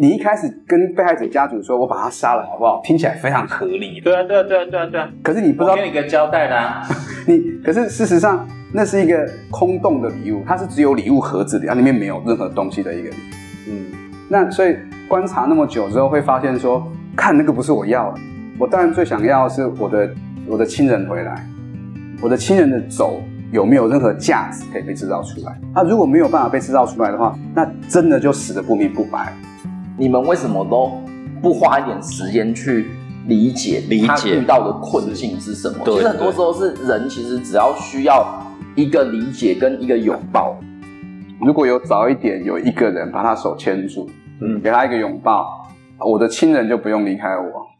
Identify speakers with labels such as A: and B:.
A: 你一开始跟被害者家属说我把他杀了好不好？听起来非常合理的，
B: 对啊，对啊，对啊，对啊，对啊，
A: 可是你不知道
B: 我给你个交代啊啦。
A: 你，可是事实上那是一个空洞的礼物，它是只有礼物盒子里，它里面没有任何东西的一个礼物。
B: 嗯，
A: 那所以观察那么久之后，会发现说，看那个不是我要的，我当然最想要的是我的我的亲人回来，我的亲人的走有没有任何价值可以被制造出来？那如果没有办法被制造出来的话，那真的就死的不明不白。
B: 嗯
C: 你们为什么都不花一点时间去理解
B: 理解
C: 他遇到的困境是什么？
B: 对
C: 其实很多时候是人，其实只要需要一个理解跟一个拥抱，
A: 如果有早一点有一个人把他手牵住，嗯，
B: 嗯
A: 给他一个拥抱，我的亲人就不用离开我。